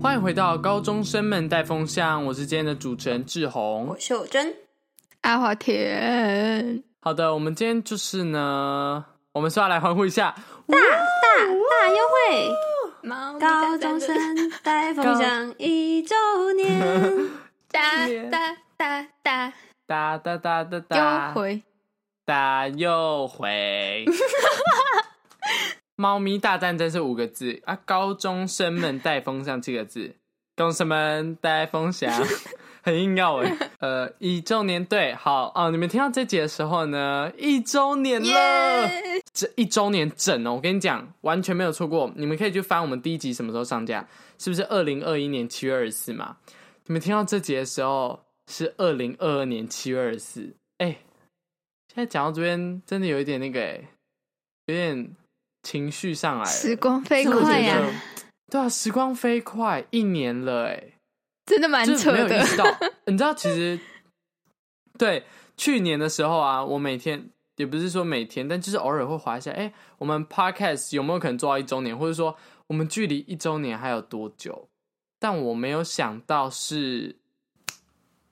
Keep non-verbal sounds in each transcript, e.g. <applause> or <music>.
欢迎回到高中生们带风向，我是今天的主持人志宏我。秀珍，阿华田，好的，我们今天就是呢，我们是要来欢呼一下大大优惠，高高中中生生带风向一周年，哒哒哒哒哒哒哒优哒哒，惠，哒又回。猫咪大战争是五个字啊，高中生们带风向七个字，高中生们带风向，很硬要哎、呃，一周年对，好哦，你们听到这集的时候呢，一周年了。耶！这一周年整哦，我跟你讲，完全没有错过。你们可以去翻我们第一集什么时候上架，是不是二零二一年七月二十四嘛？你们听到这集的时候是二零二二年七月二十四。哎，现在讲到这边，真的有一点那个、哎，有点情绪上来了。时光飞就是我快觉呀得，对啊，时光飞快，一年了、哎。真的蛮就是扯没有意的。识 <laughs> 到，你知道其实对去年的时候啊，我每天也不是说每天，但就是偶尔会划一下，哎、我们 podcast 有没有可能做到一周年，或者说我们距离一周年还有多久？但我没有想到是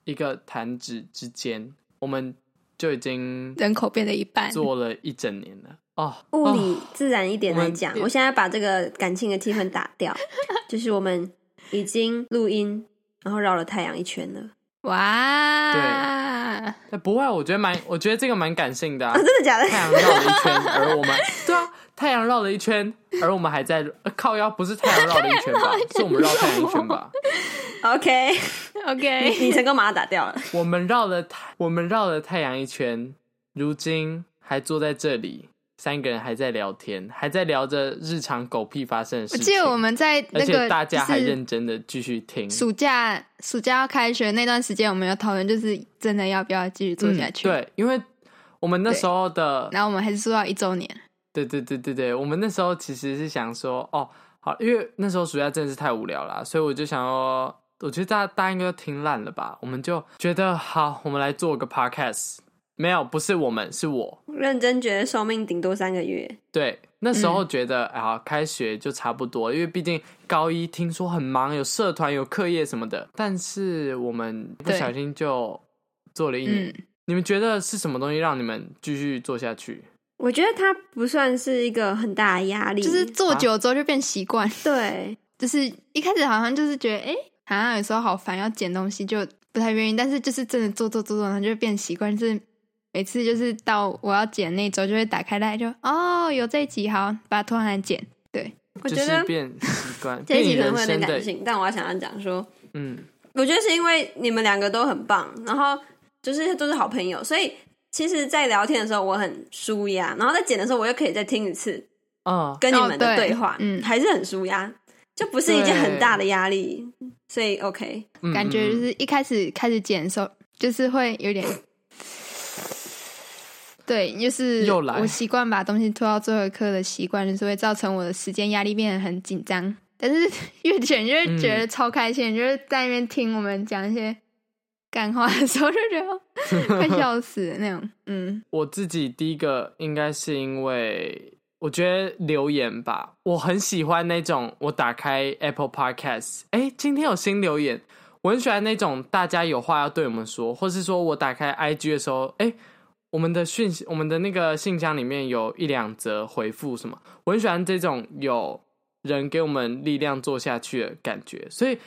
一个弹指之间，我们就已经人口变了一半，做了一整年了哦，物哦理自然一点来讲我，们我现在把这个感情的气氛打 <laughs> 掉，就是我们已经录音，然后绕了太阳一圈了， <laughs> 哇！但不会啊，我觉得蛮，我觉得这个蛮感性的、啊啊，真的假的？太阳绕了一圈，而我们 <laughs> 对啊，太阳绕了一圈，而我们还在、呃靠腰，不是太阳绕了一 <laughs> 圈吧？是我们绕太阳一圈吧？ <laughs> OK， OK，你成功把它打掉了。 <laughs> 我们绕了太，我们绕了太阳一圈，如今还坐在这里，三个人还在聊天，还在聊着日常狗屁发生的我事记情。得我们在而那且个大家还就是认真的继续听，暑假暑假要开学那段时间，我们有讨论，就是真的要不要继续做下去？嗯。对，因为我们那对时候的然后我们还是做到一周年，对对对对对，我们那时候其实是想说，哦，好，因为那时候暑假真的是太无聊了，所以我就想说，我觉得大家大家应该都听烂了吧，我们就觉得好，我们来做个 podcast。没有，不是我们，是我。认真觉得寿命顶多三个月，对，那时嗯候觉得、啊，开学就差不多，因为毕竟高一听说很忙，有社团、有课业什么的。但是我们不对小心就做了一年。嗯，你们觉得是什么东西让你们继续做下去？我觉得它不算是一个很大的压力，就是做久了之后就变习惯，对，就是一开始好像就是觉得，哎、好像有时候好烦，要捡东西就不太愿意，但是就是真的做做做做，然后就会变习惯，就是每次就是到我要捡那周，就会打开来就哦，有这一集，好，把它拖上来捡。我就觉是得变习惯， <laughs> 这变一你集可人能会有点生感的，性，但我要想要讲说，嗯。我觉得是因为你们两个都很棒，然后就是都是好朋友，所以其实，在聊天的时候我很舒压，然后在剪的时候我又可以再听一次嗯，跟你们的哦对对话，嗯还是很舒压，就不是一件很大的压力，所以 OK，嗯感觉就嗯嗯是一开始开始剪的时候，就是会有点，对，就是又来我习惯把东西拖到最后一刻的习惯，就是会造成我的时间压力变得很紧张。但是 <laughs> 越剪就会嗯觉得超开心，就是在那边听我们讲一些干话的时候，就觉 <laughs> 得快笑死的那种。嗯，我自己第一个应该是因为我觉得留言吧，我很喜欢那种我打开 Apple Podcast，哎、诶今天有新留言，我很喜欢那种大家有话要对我们说，或是说我打开 IG 的时候，哎、我们的讯息，我们的那个信箱里面有一两则回复什么，我很喜欢这种有人给我们力量做下去的感觉。所以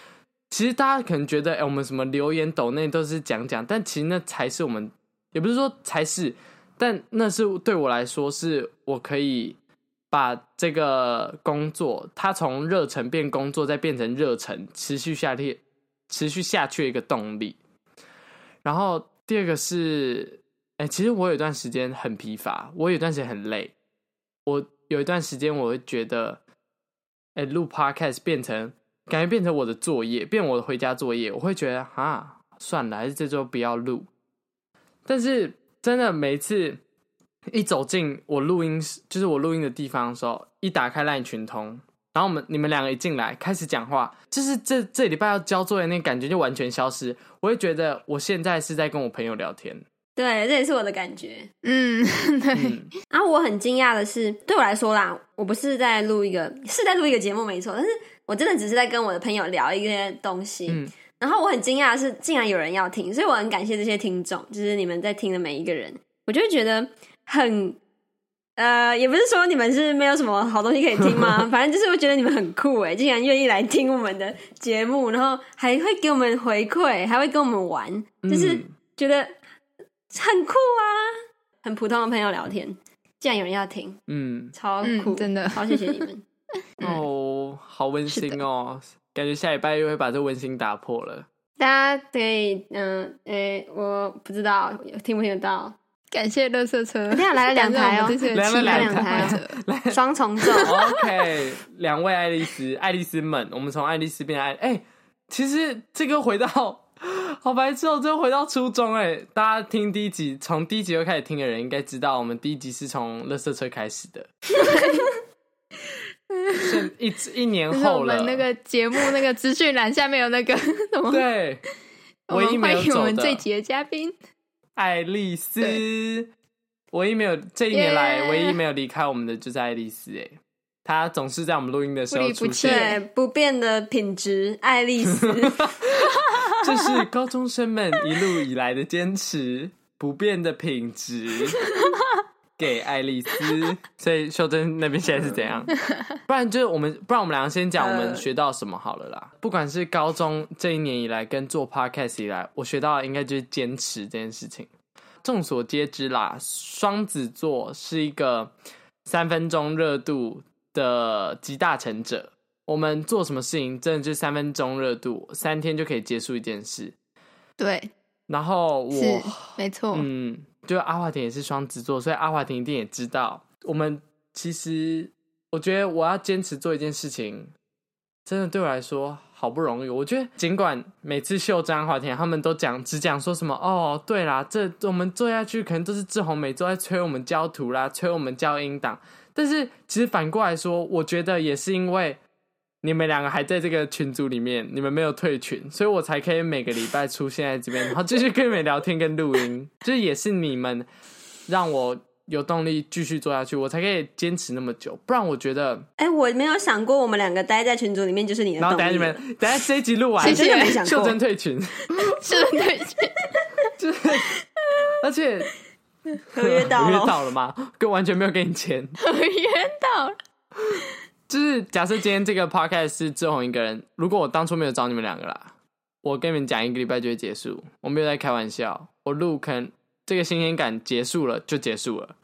其实大家可能觉得，哎、我们什么留言抖内都是讲讲，但其实那才是我们，也不是说才是，但那是对我来说，是我可以把这个工作，它从热忱变工作，再变成热忱，持续下去，持续下去的一个动力。然后第二个是，哎、其实我有一段时间很疲乏，我有一段时间很累，我有一段时间我会觉得，哎、录 podcast 变成感觉变成我的作业，变我的回家作业，我会觉得啊，算了，还是这周不要录。但是真的每次一走进我录音室，就是我录音的地方的时候，一打开烂群通，然后我们你们两个一进来开始讲话，就是这这礼拜要交作业那个感觉就完全消失。我会觉得我现在是在跟我朋友聊天， <laughs> 对，这也是我的感觉。嗯， <laughs> 对，嗯，然后我很惊讶的是，对我来说啦，我不是在录一个，是在录一个节目没错，但是我真的只是在跟我的朋友聊一些东西。嗯然后我很惊讶的是，竟然有人要听，所以我很感谢这些听众，就是你们在听的每一个人，我就会觉得很，呃，也不是说你们是没有什么好东西可以 <laughs> 听吗？反正就是我觉得你们很酷诶，竟然愿意来听我们的节目，然后还会给我们回馈，还会跟我们玩，就是嗯觉得很酷啊，很普通的朋友聊天，竟然有人要听，嗯，超酷，嗯，真的，好谢谢你 <laughs> 们。哦，好温嗯是的馨哦，感觉下礼拜又会把这温馨打破了。大家可以，嗯、诶、我不知道听不听得到，感谢乐色车，等一下来了两台哦感谢我们这次来了的期待两台 <laughs> 者双重 <laughs> 奏。 OK，两位爱丽丝，爱丽丝们，我们从爱丽丝变爱，哎、其实这个回到好白痴哦，这个回到初中哎、大家听第一集，从第一集就开始听的人应该知道，我们第一集是从垃圾车开始的，是一一年就是我后了，们那个节目那个资讯栏下面有那个 <laughs> 什么，对，我唯一们没有嗯欢迎我走们这的集的嘉宾，爱丽丝，唯一没有这一年来 Yeah 唯一没有离开我们的就是爱丽丝哎、她总是在我们录音的时不候离不出弃现。对，不变的品质，爱丽 <laughs> 丝。 <laughs> 这是高中生们一路以来的坚持，不变的品质。给爱丽丝，所以秀珍那边现在是怎样？不然就是我们，不然我们两个先讲我们呃学到什么好了啦。不管是高中这一年以来，跟做 podcast 以来，我学到的应该就是坚持这件事情。众所皆知啦，双子座是一个三分钟热度的集大成者。我们做什么事情，真的就是三分钟热度，三天就可以结束一件事。对，然后是我没错，嗯，就阿华田也是双子座，所以阿华田一定也知道，我们其实我觉得我要坚持做一件事情，真的对我来说好不容易。我觉得尽管每次秀珍、阿华田他们都讲只讲说什么哦，对啦，这我们做下去可能都是志宏每周在催我们交图啦，催我们交音档，但是其实反过来说，我觉得也是因为。你们两个还在这个群组里面，你们没有退群，所以我才可以每个礼拜出现在这边，然后继续跟你们聊天跟录音， <laughs> 就是也是你们让我有动力继续做下去，我才可以坚持那么久。不然我觉得，哎、我没有想过我们两个待在群组里面就是你的然后动等下力你们了。等下这一集录完，谢谢真的没想过秀珍退群，是的， <laughs> 对，而 <laughs> 且合约 <laughs> 到约了，到了吗？跟完全没有给你钱，很冤到了，就是假设今天这个 podcast 是志宏一个人，如果我当初没有找你们两个啦，我跟你们讲一个礼拜就会结束，我没有在开玩笑，我录可能这个新鲜感结束了就结束了，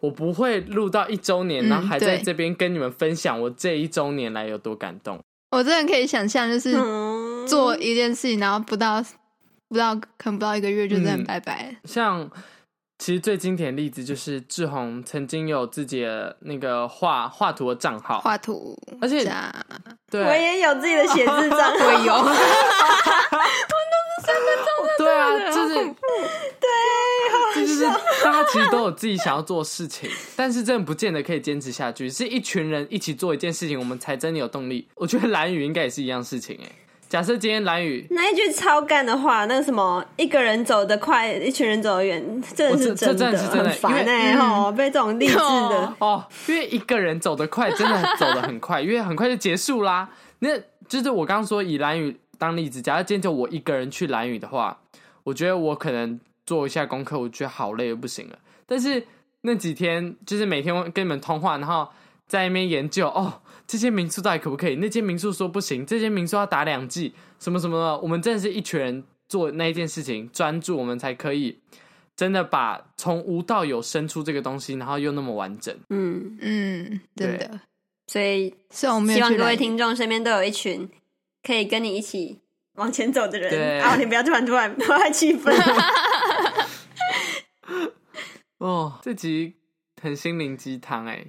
我不会录到一周年，嗯然后还在对这边跟你们分享我这一周年来有多感动。我真的可以想象，就是嗯，做一件事情，然后不到不到可能不到一个月就真的很拜拜了，像其实最经典的例子就是志宏曾经有自己的那个画画图的账号，画图，而且这样对 <laughs> 我也有自己的写字账我有，对啊，就是对，这就是大家其实都有自己想要做的事情， <laughs> 但是真的不见得可以坚持下去，是一群人一起做一件事情，我们才真的有动力。我觉得蓝宇应该也是一样事情哎、假设今天蓝宇，那一句超干的话，那个什么，一个人走得快，一群人走得远，真的我是这这真真的是真的很烦因为哎、嗯吼、被这种励志的哦，哦，因为一个人走得快，真的走得很快，因为很快就结束啦。 <laughs> 那就是我刚刚说以蓝宇当例子，假如今天就我一个人去蓝宇的话，我觉得我可能做一下功课，我觉得好累，不行了。但是那几天就是每天跟你们通话，然后在那边研究哦，这间民宿到底可不可以？那间民宿说不行，这间民宿要打两季，什么什么的。我们真的是一群人做那一件事情，专注，我们才可以真的把从无到有生出这个东西，然后又那么完整。嗯， <laughs> 嗯，真的，所以虽然我没有去希望各哪位里听众身边都有一群可以跟你一起往前走的对人。啊，你不要突然突然破坏气 <laughs> <laughs> 氛。哦，这集很心灵鸡汤哎，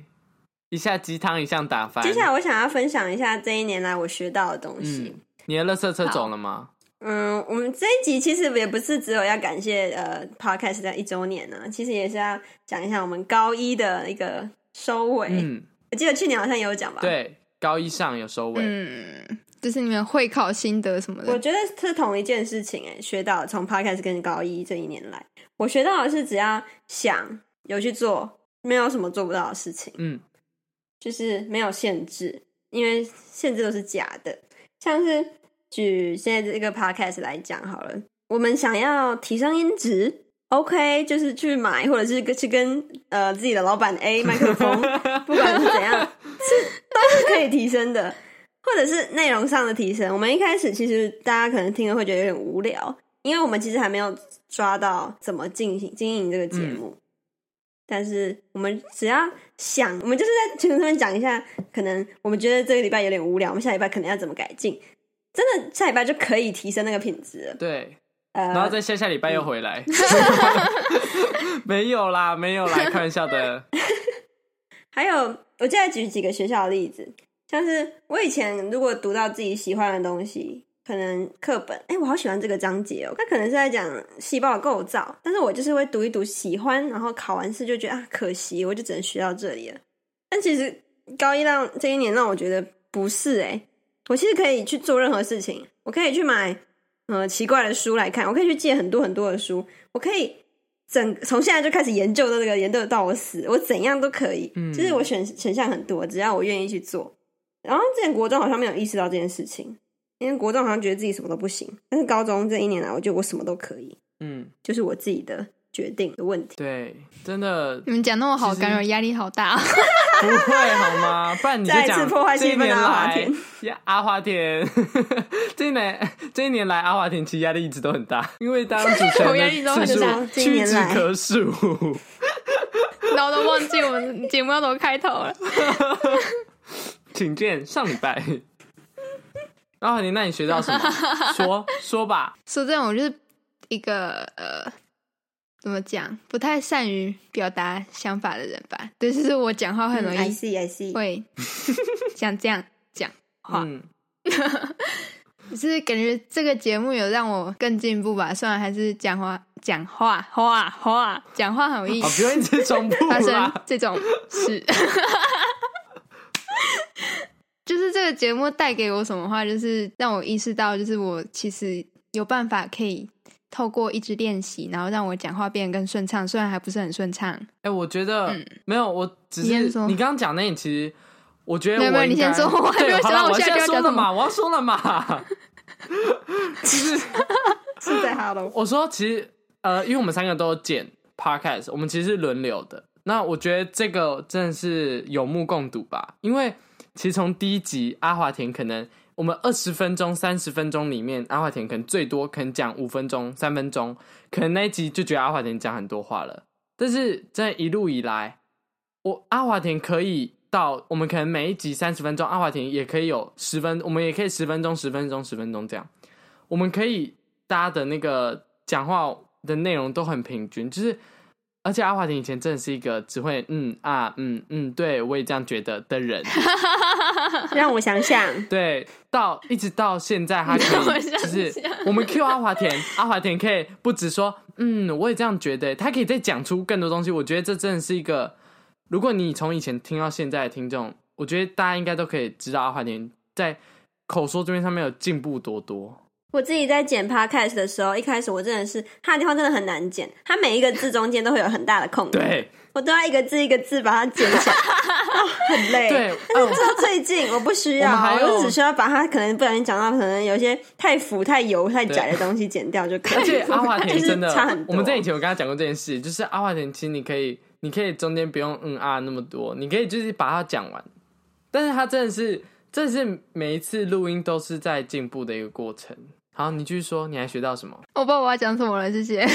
一下鸡汤一下打翻。接下来我想要分享一下这一年来我学到的东西。嗯，你的垃圾车走了吗？嗯，我们这一集其实也不是只有要感谢呃 podcast 的一周年呢、其实也是要讲一下我们高一的一个收尾。嗯，我记得去年好像也有讲吧？，对，高一上有收尾。嗯，就是你们会考心得什么我的，觉得是同一件事情诶、学到从 podcast 跟高一这一年来，我学到的是只要想有去做，没有什么做不到的事情，嗯就是没有限制。因为限制都是假的。像是举现在这个 podcast 来讲好了，我们想要提升音质，OK，就是去买或者是跟去跟呃自己的老板 A 麦克风，不管是怎样，是都是可以提升的，或者是内容上的提升。我们一开始其实大家可能听了会觉得有点无聊，因为我们其实还没有抓到怎么进行经营这个节嗯目。但是我们只要想，我们就是在群里面讲一下，可能我们觉得这个礼拜有点无聊，我们下礼拜可能要怎么改进，真的下礼拜就可以提升那个品质了。对，然后呃，在下下礼拜又回来， <laughs> 没有啦，没有啦，开玩笑的。还有，我再举几个学校的例子，像是我以前如果读到自己喜欢的东西，可能课本，哎、我好喜欢这个章节哦，它可能是在讲细胞的构造，但是我就是会读一读喜欢，然后考完试就觉得啊，可惜，我就只能学到这里了。但其实高一让这一年让我觉得不是哎、我其实可以去做任何事情，我可以去买呃奇怪的书来看，我可以去借很多很多的书，我可以整从现在就开始研究到这个，研究到我死，我怎样都可以。嗯就是我选选项很多，只要我愿意去做。然后之前国中好像没有意识到这件事情，因为国中好像觉得自己什么都不行，但是高中这一年来，我觉得我什么都可以，嗯，就是我自己的决定的问题。对，真的你们讲那么好，感觉我压力好大、哦。 <laughs> 不会好吗？不然你就再一讲次破坏这气一氛的年阿华来田， <laughs> 呀阿华田， <laughs> 这一年这一年来阿华田其实压力一直都很大，因为当主持 <laughs> 我压力人都很的次数大这一屈年指来可数。 <laughs> 然后都忘记我们节目要怎么开头了。请见上礼拜。阿华田，那你学到什 <laughs> 么？说说吧。说真的，我就是一个呃，怎么讲，不太善于表达想法的人吧。对，就是我讲话会很容嗯 I 易 see I see，会 <laughs> 像这样讲话，嗯，就是感觉这个节目有让我更进步吧。虽然还是讲话讲话话话讲话很容易好，不用一直重 <laughs> 复发生啦。这种事。 <laughs> 就是这个节目带给我什么话，就是让我意识到，就是我其实有办法可以透过一直练习，然后让我讲话变得更顺畅，虽然还不是很顺畅。哎、我觉得、嗯没有，我只是你先说你刚刚讲那点，其实我觉得没有没我有你应该先说我还没对有好想到了我我现在就要说讲了什么嘛，我要说了嘛。 <laughs> 是 <laughs> 在 Hello。我说，其实呃，因为我们三个都有剪 podcast，我们其实是轮流的。那我觉得这个真的是有目共睹吧，因为其实从第一集阿华田可能我们二十分钟、三十分钟里面，阿华田可能最多可能讲五分钟、三分钟，可能那一集就觉得阿华田讲很多话了。但是这一路以来，我阿华田可以到我们可能每一集三十分钟，阿华田也可以有十分，我们也可以十分钟、十分钟、十分钟这样。我们可以大家的那个讲话的内容都很平均，就是而且阿华田以前真的是一个只会嗯啊嗯嗯，对我也这样觉得的人， <laughs> 让我想想，对，到一直到现在他可以想就是想 <laughs> 我们 Q 阿华田，阿华田可以不止说嗯我也这样觉得，他可以再讲出更多东西，我觉得这真的是一个，如果你从以前听到现在的听众，我觉得大家应该都可以知道阿华田在口说这边上面有进步多多。我自己在剪 podcast 的时候，一开始我真的是他的地方真的很难剪，他每一个字中间都会有很大的空格，对我都要一个字一个字把它剪起来，啊很累。对，哦直到最近我不需我要们，还有我只需要把它可能不小心讲到可能有些太腐、太油、太窄的东西剪掉就可以。而且阿 <laughs> 华田真的就是差很，多。我们在以前有跟他讲过这件事，就是阿华田其实你可以，你可以中间不用嗯啊那么多，你可以就是把它讲完。但是他真的是，真的是每一次录音都是在进步的一个过程。好，你继续说，你还学到 <laughs> 什么？我不知道我要讲什么了，谢谢。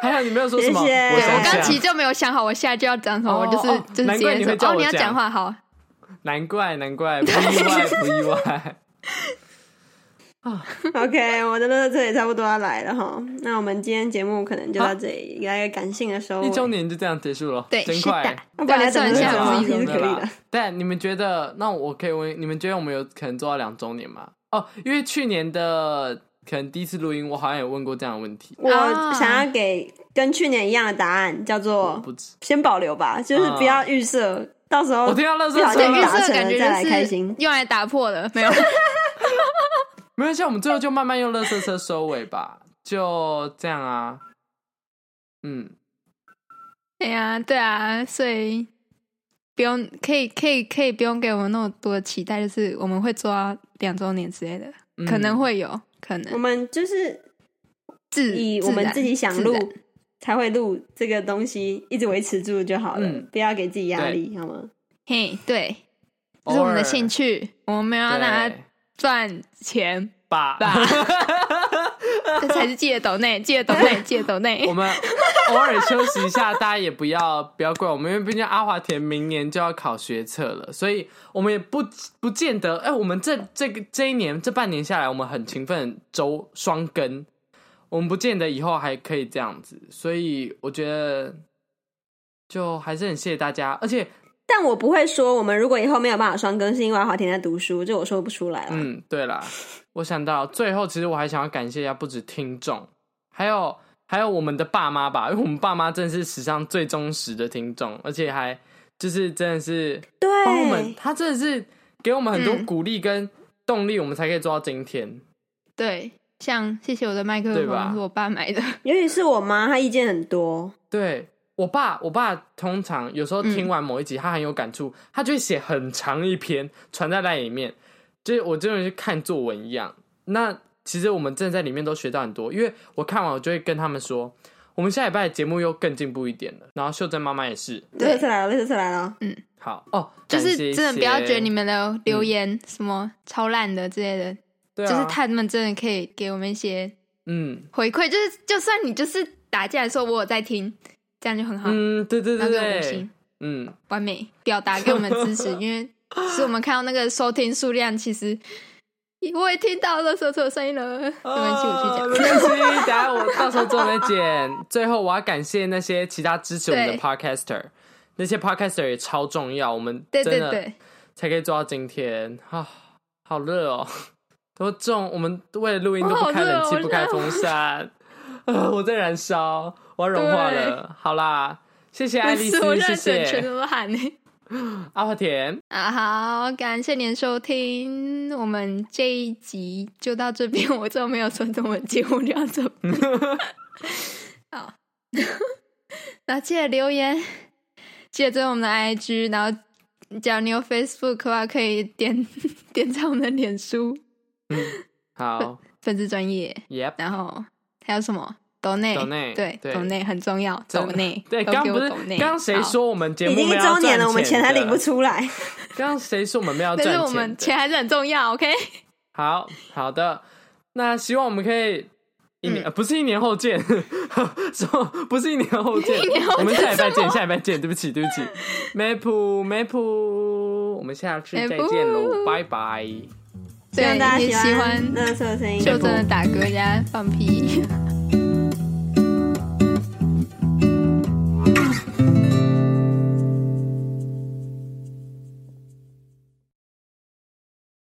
还有你没有说什么？谢谢我我想刚想其实就没有想好，我下一句要讲什么，哦我就是、哦就是难直怪接你会叫说哦，我你要讲讲话好。难怪难怪，不意外不意 <laughs> 外。 OK，我的乐这也差不多要来了哈。那我们今天节目可能就到这里，来个感性的收尾一。周年就这样结束了，对，真是快的。。那不对，然来 <laughs> 还算等一多下久啊我我们一其周实年可以的但你们觉得，那我可以问，你们觉得我们有可能做到两周年吗？哦，因为去年的可能第一次录音，我好像也问过这样的问题，我啊想要给跟去年一样的答案，叫做不止。先保留吧，就是不要预设，到时候啊我听到乐色不小说哦对，心预了，打设成感了觉再来开就是心。用来打破的，没有。没关系，我们最后就慢慢用乐色车收尾吧，就这样啊。嗯， <laughs> 对呀、对啊，所以不用，可以可以可以不用给我们那么多的期待，就是我们会做到两周年之类的，嗯可能会有，可我能们就是自以自我们然自己想自然录才会录这个东西，一直维持住就好了，嗯不要给自己压力，好吗？嘿，对，这是我们的兴趣，啊我们没有要拿它对赚钱，吧吧 <laughs> 这才是记得抖内，记得抖内，记得抖内我。们偶尔休息一下，大家也不要不要怪我们，因为毕竟阿华田明年就要考学测了，所以我们也不不见得。哎、我们这这个这一年这半年下来，我们很勤奋，周双更，我们不见得以后还可以这样子，所以我觉得就还是很谢谢大家，而且但我不会说，我们如果以后没有办法双更，是因为华田在读书，这我说不出来了。嗯，对啦，我想到最后，其实我还想要感谢一下，不止听众，还有还有我们的爸妈吧，因为我们爸妈真的是史上最忠实的听众，而且还就是真的是对，帮我们，他真的是给我们很多嗯鼓励跟动力，我们才可以做到今天。对，像谢谢我的麦克对吧风是我爸买的，尤其是我妈，她意见很多，对我爸，我爸通常有嗯时候听完某一集，他很有感触，他就会写很长一篇传在那里面，就是我真的是看作文一样。那其实我们真的在里面都学到很多，因为我看完我就会跟他们说，我们下礼拜的节目又更进步一点了。然后秀珍妈妈也是，对乐色来了，乐色来了。好哦，就是感谢一真的不要些觉得你们的留言什么超烂的之类的，对啊，就是他们真的可以给我们一些嗯回馈，就是就算你就是打进来说我有在听，这样就很好，嗯，对对然对后给我们五对星，，嗯，完美表达给我们支 <laughs> 持，因为是我们看到那个收听数量，其实我也听到了说错的声音了，你们请我去啊讲没。关系，等下我到时候做再剪。最后，我要感谢那些其他支持我们的对 podcaster，那些 podcaster 也超重要，我们 <laughs> 对真对的对，才可以做到今天啊！好热哦，都这种我们为了录音我都不好开热哦冷气，我不开热风扇，啊，我在燃烧，我要融化对了。 <laughs> 好啦，谢谢爱不丽是我丝，谢现在整全谢都喊呢。阿华田，啊，好，感谢您收听，我们这一集就到这边。我最后没有说中文节目就到这边。 <laughs> 好，那记得留言，记得追踪我们的 IG，然后假如你有 Facebook 的话，可以点点赞我们的脸书好粉丝专业， ，Yep，然后还有什么抖内抖内对对抖内很重要，真抖的内对，都刚给不我是抖内刚谁好说我们节目已经一没有周年赚了，我们钱钱还的领不出来。刚刚谁说我们没有赚但钱是的？我们钱还是很重要，OK？好好的，那希望我们可以一年、嗯呃不是一年后见， <laughs> 说不是一年后见，一年后见我们下礼拜见，下礼拜见，对不起对不起 m a p m a p 我们下次再见喽， Maple 拜拜。希望大家对也喜喜欢欢乐色声音。就真的打嗝加放屁。